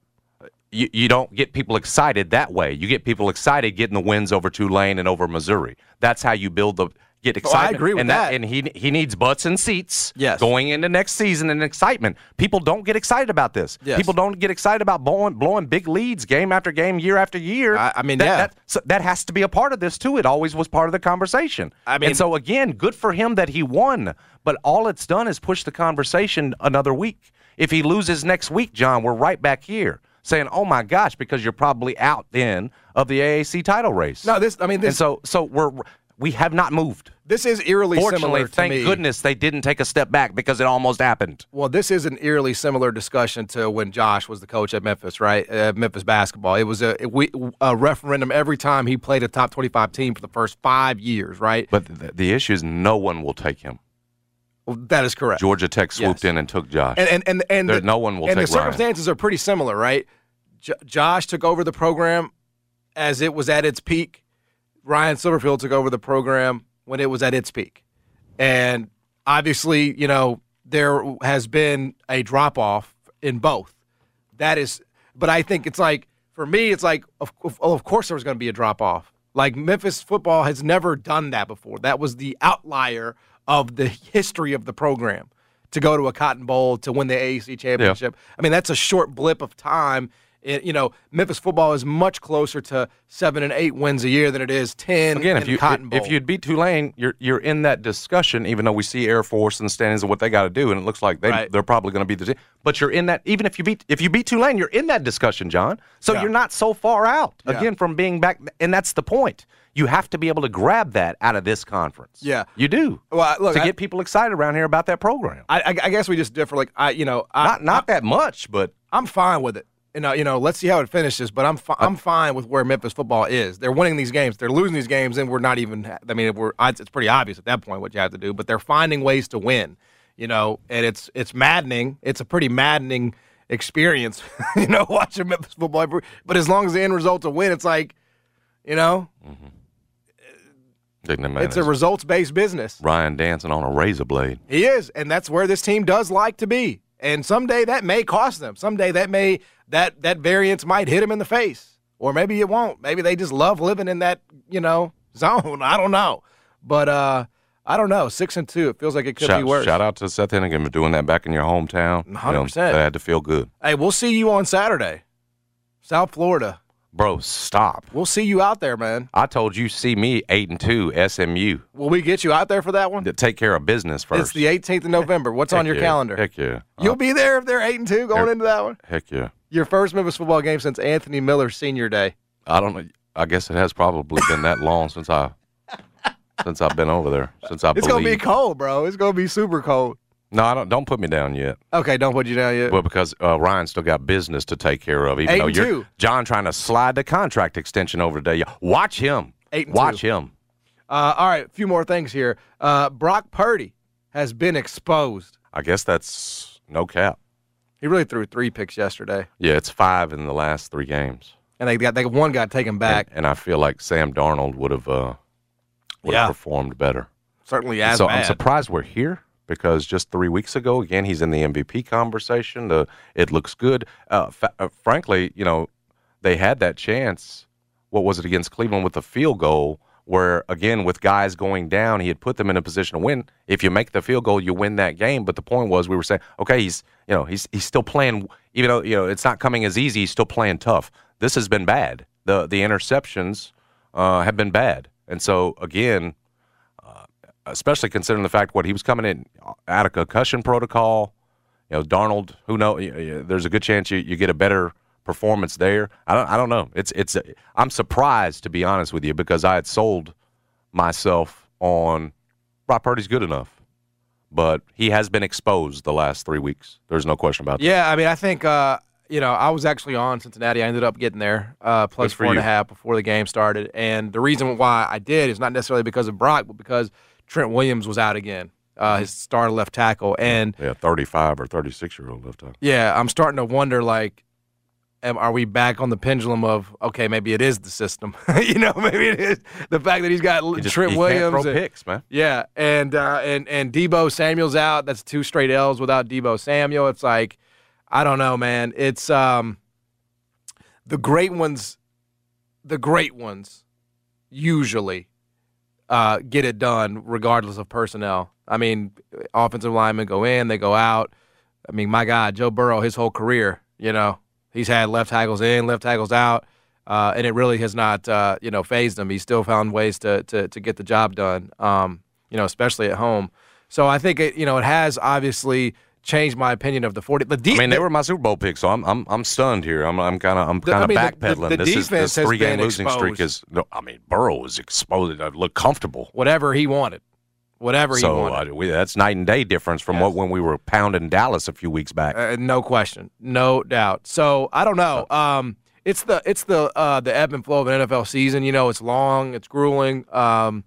you, you don't get people excited that way. You get people excited getting the wins over Tulane and over Missouri. That's how you build the get excitement. Oh, agree with and that. And he he needs butts and seats. Yes. Going into next season and excitement. People don't get excited about this. Yes. People don't get excited about blowing blowing big leads game after game, year after year. I- I mean, that, yeah. That, so that has to be a part of this too. It always was part of the conversation. I mean- and so again, good for him that he won. But all it's done is push the conversation another week. If he loses next week, John, we're right back here saying, "Oh my gosh," because you're probably out then of the AAC title race. No, this. I mean, and this. so so we're we have not moved. this is eerily Fortunately, similar to thank me. goodness they didn't take a step back because it almost happened. Well, this is an eerily similar discussion to when Josh was the coach at Memphis, right? At Memphis basketball, it was a, we, a referendum every time he played a top twenty-five team for the first five years, right? But the, the issue is, no one will take him. Well, that is correct. Georgia Tech swooped Yes. in and took Josh. and and and, and There- no one will and take the Ryan. circumstances are pretty similar, right? J- Josh took over the program as it was at its peak. Ryan Silverfield took over the program when it was at its peak, and obviously, you know, there has been a drop off in both. That is, but I think it's like for me, it's like of of, oh, of course there was going to be a drop off. Like Memphis football has never done that before. That was the outlier of the history of the program to go to a Cotton Bowl to win the AAC championship. I mean, that's a short blip of time. It, you know, Memphis football is much closer to seven and eight wins a year than it is ten. Again, in if the you Cotton Bowl. if you'd beat Tulane, you're you're in that discussion. Even though we see Air Force and the standings and what they got to do, and it looks like they Right. they're probably going to be the. team. But you're in that. Even if you beat if you beat Tulane, you're in that discussion, John. So Yeah. you're not so far out Yeah. again from being back. And that's the point. You have to be able to grab that out of this conference. Yeah. you do. Well, I- look, to I- get people excited around here about that program. I, I, I guess we just differ. Like I, you know, I, not not that much, but I'm fine with it. You know, you know, let's see how it finishes. But I'm fi- I'm fine with where Memphis football is. They're winning these games. They're losing these games, and we're not even. ha- I mean, we're. It's pretty obvious at that point what you have to do. But they're finding ways to win. You know, and it's it's maddening. It's a pretty maddening experience. you know, watching Memphis football. every- But as long as the end result's a win, it's like, you know, it's a results based business. Ryan dancing on a razor blade. He is, and that's where this team does like to be. And someday that may cost them. Someday that may that that variance might hit them in the face, or maybe it won't. Maybe they just love living in that you know zone. I don't know, but uh, I don't know. Six and two, it feels like it could Shout, be worse. shout out to Seth Hennigan for doing that back in your hometown. You know, 100%. They had to feel good, Hey, we'll see you on Saturday, South Florida. bro. Stop. We'll see you out there, man. I told you, see me eight and two SMU. Will we get you out there for that one? to Take care of business first. It's the 18th of November. What's Heck on your yeah. calendar? Heck yeah. You'll Uh, be there if they're eight and two going Here- into that one. heck yeah. Your first Memphis football game since Anthony Miller's senior day. I don't know. I guess it has probably been that long since I since I've been over there. Since I It's believe. gonna be cold, bro. It's gonna be super cold. No, I don't. Don't put me down yet. Okay, don't put you down yet. Well, because uh, Ryan still got business to take care of. Even Eight though and you're two. John trying to slide the contract extension over today. Yeah, Watch him. Eight and Watch two. him. Uh, all right, a few more things here. Uh, Brock Purdy has been exposed. I guess that's no cap. He really threw three picks yesterday, Yeah, it's five in the last three games, and they got they one got taken back. and, and I feel like Sam Darnold would have uh, would Yeah. have performed better. Certainly as so bad. I'm surprised we're here because just three weeks ago, again, he's in the MVP conversation. The it looks good. Uh, fa- uh, frankly, you know, they had that chance. What was it against Cleveland with the field goal? Where again, with guys going down, he had put them in a position to win. If you make the field goal, you win that game. But the point was, we were saying, okay, he's you know he's he's still playing. Even though you know it's not coming as easy, he's still playing tough. This has been bad. The the interceptions uh, have been bad, and so again, especially considering the fact what he was coming in out of concussion protocol. You know, Darnold. Who know? y- y- There's a good chance you, you get a better performance there. I don't. I don't know. It's it's. I'm surprised to be honest with you because I had sold myself on Brock Purdy's good enough, but he has been exposed the last three weeks. There's no question about that. Yeah, I mean, I think uh, you know, I was actually on Cincinnati. I ended up getting there uh, plus Good for four and a you. half before the game started, and the reason why I did is not necessarily because of Brock, but because Trent Williams was out again, uh, his starting left tackle, and Yeah, 35 or 36 year old left tackle. yeah, I'm starting to wonder like. Am, are we back on the pendulum of okay? Maybe it is the system, you know. Maybe it is the fact that he's got He just- Trent he Williams. can't throw and- picks, man. yeah, and uh, and and Debo Samuel's out. That's two straight L's without Debo Samuel. It's like, I don't know, man. It's um, the great ones, the great ones, usually, uh, get it done regardless of personnel. I mean, offensive linemen go in, they go out. I mean, my God, Joe Burrow, his whole career, you know, he's had left tackles in, left tackles out, uh, and it really has not, uh, you know, phased him. He's still found ways to to, to get the job done, um, you know, especially at home. So I think it, you know, it has obviously changed my opinion of the forty. The de- I mean, they were my Super Bowl picks, so I'm I'm I'm stunned here. I'm I'm kind of I'm The- kind I of mean, the- backpedaling. the- the this is defense this has three game been losing streak exposed. is. No, I mean, Burrow was exposed. I look comfortable. whatever he wanted, whatever he So wanted. uh, we, that's night and day difference from what when we were pounding Dallas a few weeks back. Uh, no question, no doubt. So I don't know. Um, it's the it's the uh, the ebb and flow of an NFL season. You know, it's long, it's grueling, um,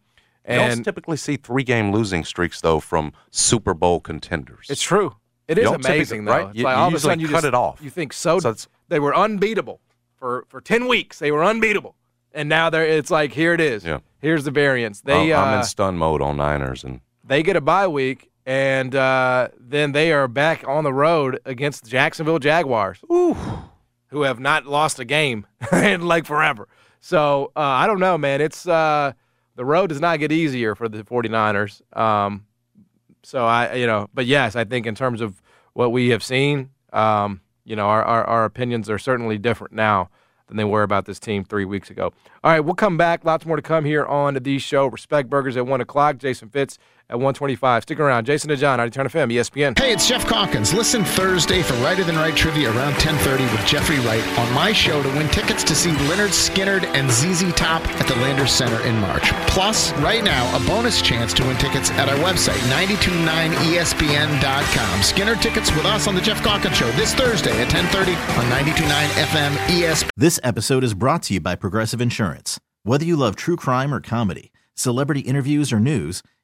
you don't and typically see three game losing streaks though from Super Bowl contenders. it's true. It is don't typically- amazing, though. right? It's You- like you all of a usually sudden you cut just- it off. You think so? So it's- they were unbeatable for for ten weeks. They were unbeatable, and now they're it's like here it is. Yeah. Here's the variance. I'm, They I'm uh, in stun mode on Niners, and they get a bye week, and uh, then they are back on the road against Jacksonville Jaguars, who have not lost a game in like forever. So uh, I don't know, man. It's uh, the road does not get easier for the 49ers. Um, so I, you know, but yes, I think in terms of what we have seen, um, you know, our, our, our opinions are certainly different now than they were about this team three weeks ago. All right, we'll come back. Lots more to come here on the show. Respect Burgers at 1 o'clock. Jason Fitz at 125. Stick around. Jason and John, I turn FM, ESPN. Hey, it's Jeff Calkins. Listen Thursday for Righter Than Right trivia around 10:30 with Jeffrey Wright on my show to win tickets to see Leonard Skinnard and ZZ Top at the Landers Center in March. Plus, right now, a bonus chance to win tickets at our website E 929ESPN.com. Skinner tickets with us on the Jeff Calkins Show this Thursday at 10:30 on 929 FM ESPN. This episode is brought to you by Progressive Insurance. Whether you love true crime or comedy, celebrity interviews or news,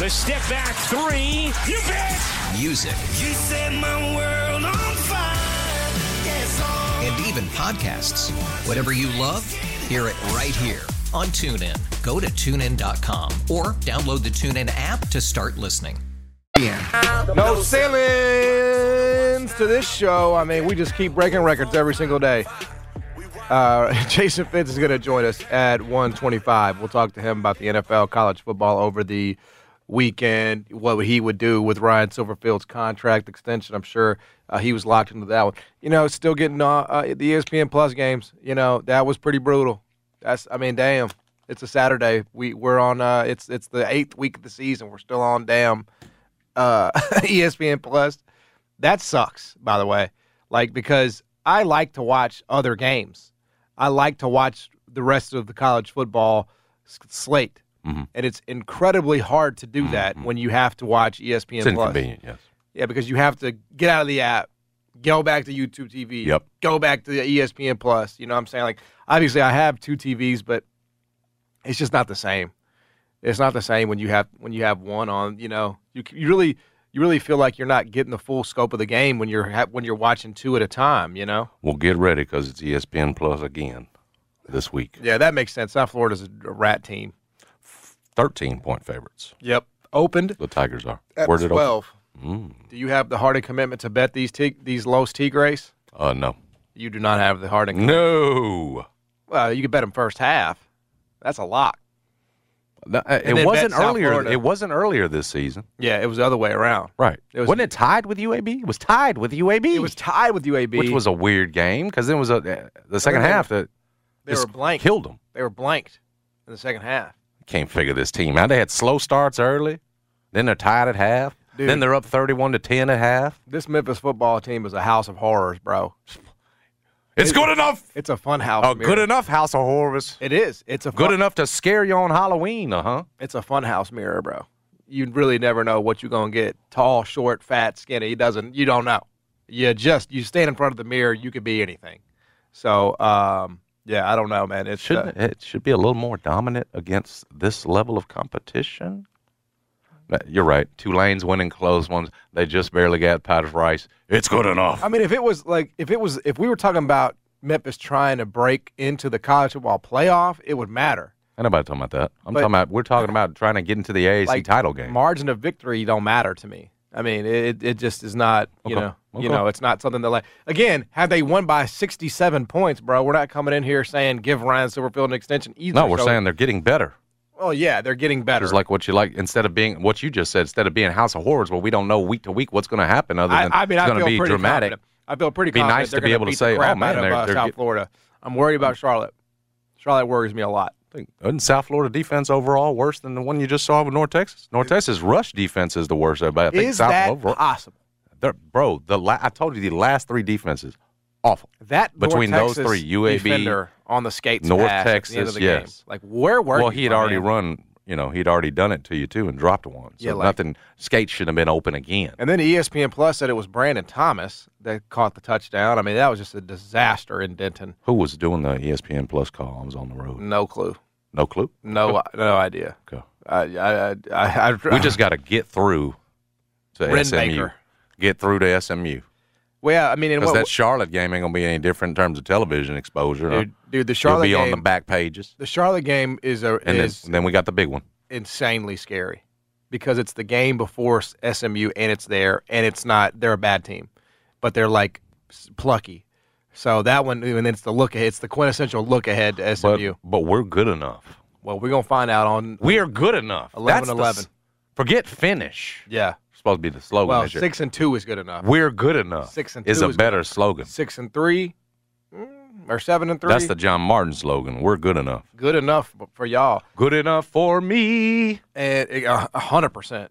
the step back three. You bet. music, You set my world on fire. Yes, all and and even podcasts. Whatever you love, hear it right here on TuneIn. Go to tunein.com or download the TuneIn app to start listening. No ceilings to this show. I mean, we just keep breaking records every single day. Uh, Jason Fitz is going to join us at 125. We'll talk to him about the NFL, college football over the weekend, what he would do with Ryan Silverfield's contract extension. I'm sure uh, he was locked into that one. You know, still getting uh, uh, the ESPN Plus games. You know, that was pretty brutal. That's, I mean, damn. It's a Saturday. We we're on. Uh, it's it's the eighth week of the season. We're still on. Damn uh, ESPN Plus. That sucks, by the way. Like because I like to watch other games. I like to watch the rest of the college football s- slate, Mm-hmm. and it's incredibly hard to do that when you have to watch E ESPN It's Plus. inconvenient, yes. Yeah, because you have to get out of the app, go back to YouTube TV, Yep. go back to the E ESPN Plus. You know what I'm saying? Like, obviously, I have two TVs, but it's just not the same. It's not the same when you have when you have one on. You know, you c- you really you really feel like you're not getting the full scope of the game when you're ha- when you're watching two at a time. You know? Well, get ready because it's E ESPN Plus again this week. Yeah, that makes sense. South Florida's a a rat team. 13 point favorites. Yep, opened The Tigers are. at Where did it open? twelve. Mm. Do you have the heart and commitment to bet these t- these Los Tigres? Uh, no. You do not have the heart and No. Well, you could bet them first half. That's a lock. No, uh, And they it wasn't bet South earlier. Florida. It wasn't earlier this season. Yeah, it was the other way around. Right. It was- wasn't it tied with UAB? It was tied with UAB. It was tied with UAB. which was a weird game because it was a, uh, the second they- half that they just were blank. killed them. They were blanked in the second half. Can't figure this team out. They had slow starts early, then they're tied at half, Dude. then they're up thirty-one to ten at half. This Memphis football team is a house of horrors, bro. It's good enough. It's a fun house. Oh, mirror. good enough, House of Horrors. It is. It's a fun, Good enough to scare you on Halloween, uh huh. It's a fun house mirror, bro. You really never know what you're gonna get. Tall, short, fat, skinny. It doesn't. You don't know. You just you stand in front of the mirror. You could be anything. So um, yeah, I don't know, man. It's uh, Shouldn't it should be a little more dominant against this level of competition? But You're right. Tulane's winning close ones. They just barely got Pat Rice. It's good enough. I mean, if it was like if it was if we were talking about Memphis trying to break into the college football playoff, it would matter. Ain't nobody talking about that. I'm But- talking about we're talking about trying to get into the AAC Like title game. margin of victory don't matter to me. I mean, it it just is not you Okay. know Okay. you know it's not something that like again had they won by sixty seven points, bro. We're not coming in here saying give Ryan Silverfield an extension either. no, we're So- saying they're getting better. well, yeah, they're getting better. It's like what you like instead of being what you just said. Instead of being House of Horrors, where we don't know week to week what's going to happen, other I, than I mean, it's I going feel to be pretty dramatic. confident. I feel pretty Be confident nice they're to be gonna able to beat the say, "Oh, crap man, out of, they're- uh, they're South get- Florida. I'm worried about Charlotte. Charlotte worries me a lot. Isn't South Florida defense overall worse than the one you just saw with North Texas? North Texas rush defense is the worst. But I think Is South that overall, possible? they're- bro, the la- I told you the last three defenses awful. That Between North those Texas three, UAB, defender on the skates, North pass at the end of Texas, the yes. game. Like where were? well, you, he had my already man? run. You know, he'd already done it to you too and dropped one. So Yeah, like- nothing. Skates should have been open again. And then E ESPN Plus said it was Brandon Thomas that caught the touchdown. I mean, that was just a disaster in Denton. Who was doing the E ESPN Plus call? I was on the road. No clue. No clue. No, no idea. Okay. I, I, I, I, We just got to get through to Ren SMU. Baker. Get through to SMU well, I mean, and because what, that Charlotte game ain't gonna be any different in terms of television exposure. dude, dude, the You'll Charlotte be game, on the back pages, the Charlotte game is a and then, is then we got the big one. insanely scary because it's the game before s- SMU and it's there and it's not they're a bad team, but they're like s- plucky. So that one and it's the look ahead. It's the quintessential look ahead to But SMU. but we're good enough. well, we're gonna find out on We are good enough. 11 That's the 11. s- forget finish. yeah. Supposed to be the slogan. Well, this year. six and two is good enough. We're good enough. Six and is two a is good better slogan. Six and three, mm, or seven and three. That's the John Martin slogan. We're good enough. good enough for y'all. Good enough for me. And it- a a hundred percent.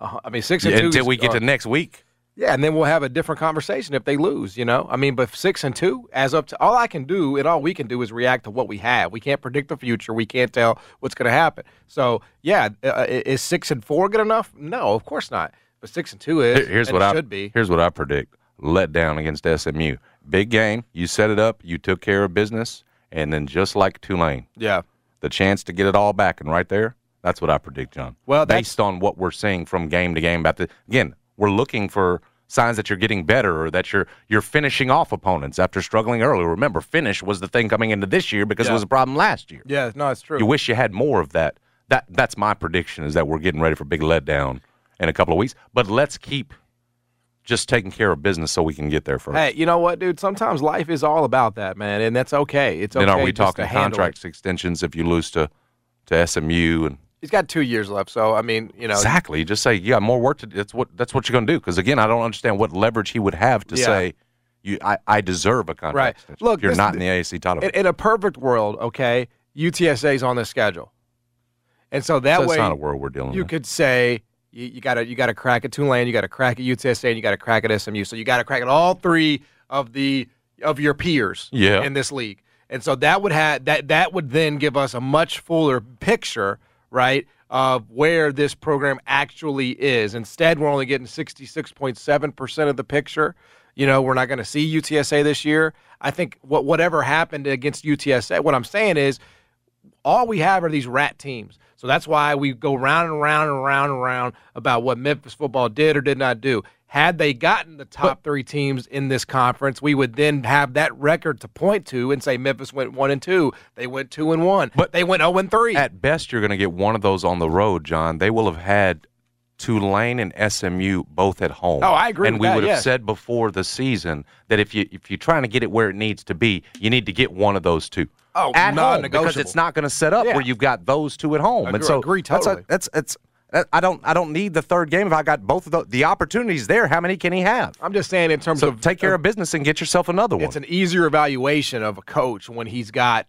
A hu- I mean, six and Yeah, two until is- we get uh, to next week. Yeah, and then we'll have a different conversation if they lose, you know? I mean, but six and two, as up to all I can do and all we can do is react to what we have. We can't predict the future. We can't tell what's going to happen. So, yeah, uh, uh, is six and four good enough? No, of course not. But six and two is. Here- here's and what it I should be. Here's what I predict: let down against SMU. Big game. You set it up. You took care of business, and then just like Tulane, Yeah. the chance to get it all back, and right there, that's what I predict, John. Well, that's- based on what we're seeing from game to game, about the again, we're looking for signs that you're getting better or that you're you're finishing off opponents after struggling earlier. Remember, finish was the thing coming into this year because Yeah. it was a problem last year. Yeah, no, it's true. You wish you had more of that. That that's my prediction is that we're getting ready for a big letdown in a couple of weeks. But let's keep just taking care of business so we can get there first. Hey, you know what, dude? Sometimes life is all about that, man, and that's okay. It's okay. then are we just talking to handle it. contracts extensions if you lose to to SMU and He's got two years left, so I mean, you know, exactly just say you got more work to do. That's what that's what you're going to do because again I don't understand what leverage he would have to Yeah. say you I, I deserve a contract. Right. extension. Look, you're this- not in the AAC title. In, in a perfect world, okay, UTSA's on the schedule, and so that So it's way not a world we're dealing You with. could say you, you got to you got to crack at Tulane, you got to crack at UTSA, and you got to crack at SMU. So you got to crack at all three of the of your peers Yeah. in this league, and so that would have that that would then give us a much fuller picture, right? Of where this program actually is. Instead, we're only getting 66.7% of the picture. You know, we're not going to see UTSA this year. I think what whatever happened against UTSA, what I'm saying is all we have are these rat teams. So that's why we go round and round and round and round about what Memphis football did or did not do. Had they gotten the top three teams in this conference, we would then have that record to point to and say Memphis went one and two. They went two and one. But they went zero and three. At best, you're going to get one of those on the road, John. They will have had Tulane and SMU both at home. Oh, I agree And with we that, would have yes. said before the season that if you if you're trying to get it where it needs to be, you need to get one of those two. Oh, at home because non-negotiable. it's not going to set up Yeah. where you've got those two at home. and Agree- so agree that's a- totally. That's that's. that- I don't. I don't need the third game if I got both of those. The opportunities there. How many can he have? I'm just saying in terms So of take care of business and get yourself another one. uh, it's an easier evaluation of a coach when he's got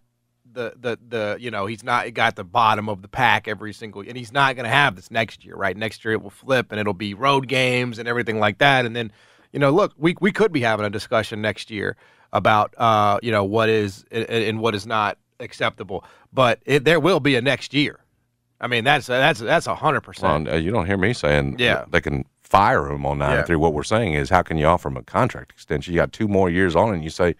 the the the you know he's not got the bottom of the pack every single and he's not going to have this next year right next year it will flip and it'll be road games and everything like that and then you know look we we could be having a discussion next year about uh you know what is and, and what is not acceptable but it, there will be a next year i mean that's that's that's a hundred percent Well, uh, you don't hear me saying Yeah. they can fire him on 9 Yeah. and 3. What we're saying is, how can you offer him a contract extension? You got two more years on, and you say,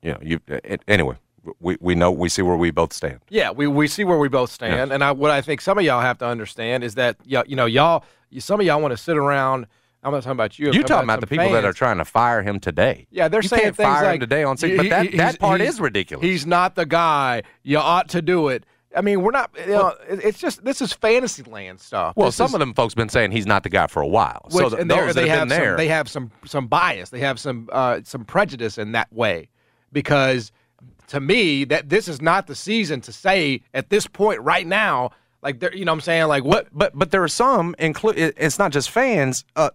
you know, you, uh, a- anyway, we, we know, we see where we both stand. Yeah, we, we see where we both stand, and I, what I think some of y'all have to understand is that y'all, you know y'all you- some of y'all want to sit around. I'm not talking about you. I'm You're talking about the some people that fans. are trying to fire him today. Yeah, they're you saying can't things fire like him today on six, he- but that, he- that he's- part he's- is ridiculous. He's not the guy. You ought to do it. I mean, we're not. You know, it- it's just this is fantasy land stuff. well, This some is- of them folks been saying he's not the guy for a while. so which- th- and they're- those they that have have been there, some, they have some some bias. They have some uh, some prejudice in that way, because to me that this is not the season to say at this point right now. Like they're- you know, what I'm saying like what but but there are some include. It's not just fans. Uh,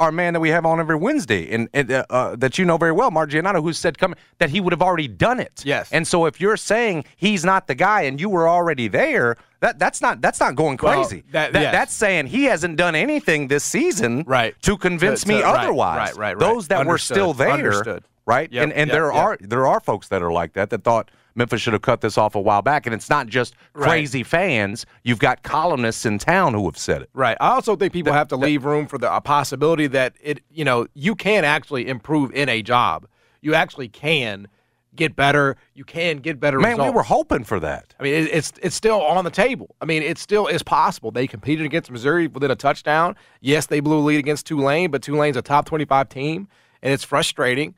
our man that we have on every Wednesday, and, and uh, uh, that you know very well, Mark Giannato, who said coming that he would have already done it. Yes. And so if you're saying he's not the guy, and you were already there, that that's not that's not going Well, crazy. that- yes. that's saying he hasn't done anything this season, Right. to convince To- me to- right, otherwise. right, right, right. Those that were Understood, still there, understood. right? Yep, and and yep, there yep. are there are folks that are like that that thought Memphis should have cut this off a while back, and it's not just Right. crazy fans. You've got columnists in town who have said it. Right. I also think people have to leave room for the a possibility that it, you know, you can actually improve in a job. You actually can get better. You can get better Man, results. we were hoping for that. I mean, it, it's it's still on the table. I mean, it still is possible. They competed against Missouri within a touchdown. Yes, they blew a lead against Tulane, but Tulane's a top twenty-five team, and it's frustrating.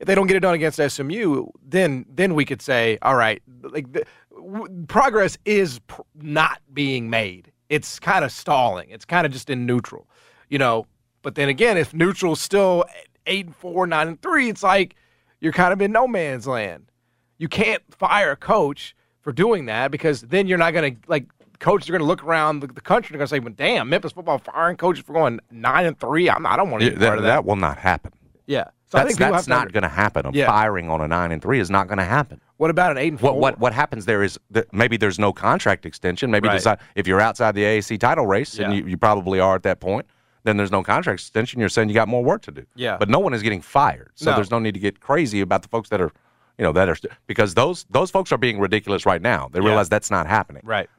If they don't get it done against SMU, then then we could say, all right, like the, w- progress is pr- not being made. It's kind of stalling. It's kind of just in neutral, you know. But then again, if neutral's still eight and four, nine and three, it's like you're kind of in no man's land. You can't fire a coach for doing that because then you're not going to like coaches are going to look around the, the country and going to say, "Well, damn, Memphis football firing coaches for going nine and three. I'm, I don't want to be that, part of that." that will not happen. Yeah, so I that's think people that's have to not under- going to happen. A Yeah. firing on a nine and three is not going to happen. What about an eight and four? What what what happens there is that maybe there's no contract extension. Maybe Right. there's not- if you're outside the AAC title race, and Yeah. you, you probably are at that point, then there's no contract extension. You're saying you got more work to do. Yeah. But no one is getting fired, so No. there's no need to get crazy about the folks that are, you know, that are st- because those those folks are being ridiculous right now. They realize that's not happening. Right.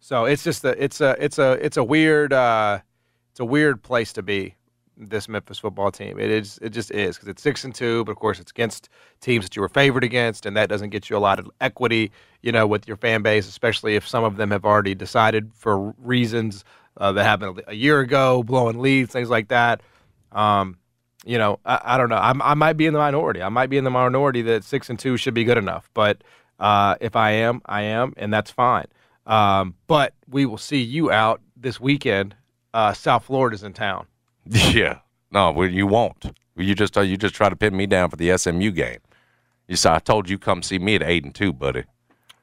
So it's just a it's a it's a it's a weird uh, it's a weird place to be. This Memphis football team, it is it just is because it's six and two, but of course it's against teams that you were favored against, and that doesn't get you a lot of equity, you know, with your fan base, especially if some of them have already decided for reasons uh, that happened a year ago, blowing leads, things like that. Um, you know, I, I don't know. i I might be in the minority. I might be in the minority that six and two should be good enough. But uh, if I am, I am, and that's fine. Um, but we will see you out this weekend. Uh, South Florida's in town. Yeah. No, well, you won't. You just uh, you just try to pin me down for the SMU game. You said I told you come see me at eight and two, buddy.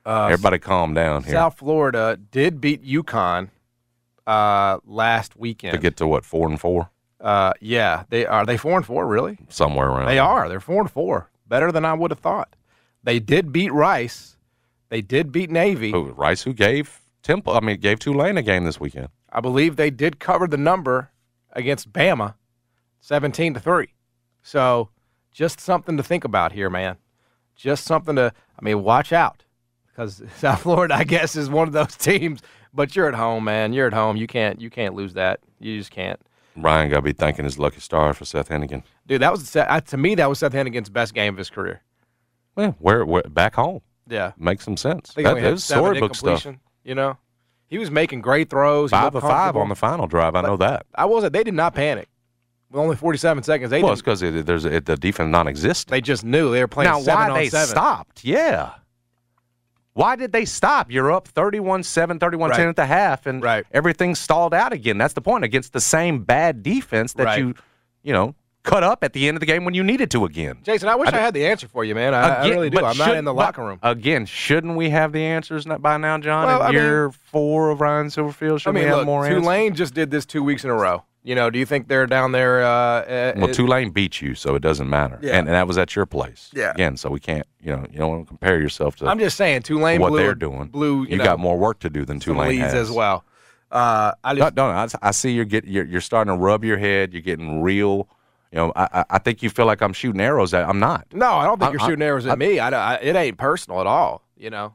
Uh, Everybody, calm down here. South Florida did beat UConn uh, last weekend. to get to what four and four uh, yeah, they are they four and four really? somewhere around. They are. They're four and four. Better than I would have thought. They did beat Rice. They did beat Navy. Who, Oh, Rice, who gave Temple, I mean, gave Tulane a game this weekend. I believe they did cover the number against Bama, seventeen to three. So, just something to think about here, man. Just something to. I mean, watch out because South Florida, I guess, is one of those teams. But you're at home, man. You're at home. You can't. You can't lose that. You just can't. Ryan got to be thanking his lucky stars for Seth Hennigan. Dude, that was Seth- I- to me. That was Seth Hennigan's best game of his career. Well, where, where back home Yeah. makes some sense. I think he That only had is seven storybook stuff. incompletion, You know, he was making great throws. He Five looked of five comfortable. on the final drive. I know that. I wasn't. They did not panic. With only 47 seconds, they well, it's didn't, because it, there's it, the defense non-existent. they just knew they were playing now, seven why on they seven. stopped? Yeah. Why did they stop? You're up 31-7, 31-10 Right. at the half, and Right. everything stalled out again. That's the point against the same bad defense that Right. you, you know, cut up at the end of the game when you needed to again. Jason, I wish I I, d- had the answer for you, man. I, I Again, really do. but I'm not should- in the but locker room. Again, shouldn't we have the answers n- by now, John? Well, in I mean- year four of Ryan Silverfield, should I mean, we have look, more answers? Tulane just did this two weeks in a row. You know, do you think they're down there? Uh, uh, Well, it- Tulane beat you, so it doesn't matter. Yeah. And, and that was at your place. Yeah. Again, so we can't, you know, you don't want to compare yourself to uh, I'm just saying, Tulane what blew, they're doing. Blue, you got more work to do than Tulane leads has. as well. Uh, I just No, no, I, I see you're getting you're, you're starting to rub your head. You're getting real. You know, I, I- I think you feel like I'm shooting arrows at. I'm not. No, I don't think I- you're I- shooting arrows at I- me. I, don't- I- it ain't personal at all. You know,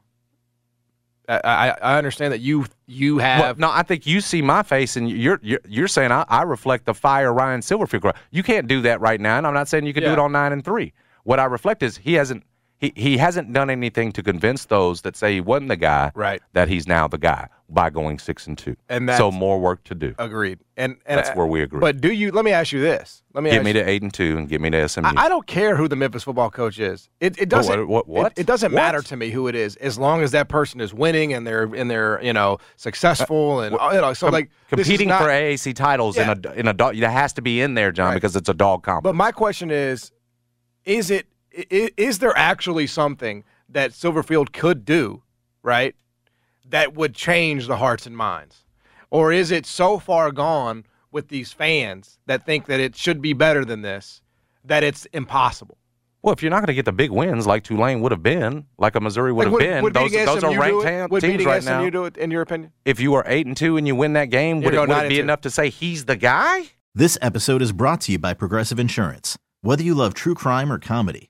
I, I, I understand that you you Well, have no, I think you see my face, and you're you're, you're saying I, I reflect the fire Ryan Silverfield. gro- You can't do that right now, and I'm not saying you can do Yeah. it on nine and three. What I reflect is he hasn't he, he hasn't done anything to convince those that say he wasn't the guy right. that he's now the guy by going six and two. And so that's- more work to do. Agreed. And, and That's where we agree. But do you? Let me ask you this. Let me get ask me you, to eight and two, and get me to SMU. I, I don't care who the Memphis football coach is. It, it doesn't. Mm. Oh, what- what- what? It, it doesn't What? matter to me who it is, as long as that person is winning and they're and they're you know successful and you know. So like this is Uh, competing not- for AAC titles in a in a dog that has to be in there, John, Right. because it's a dog comp. But my question is, is it is, is there actually something that Silverfield could do, right, that would change the hearts and minds, or is it so far gone with these fans that think that it should be better than this that it's impossible? well, if you're not going to get the big wins like Tulane would have been, like a Missouri would Like, have been, those, beating those are SMU do ranked it? tam- Would teams beating right SMU now. do it in your opinion? If you were eight and two and you win that game, You're would it, going would it nine be and two. enough to say he's the guy? This episode is brought to you by Progressive Insurance. Whether you love true crime or comedy,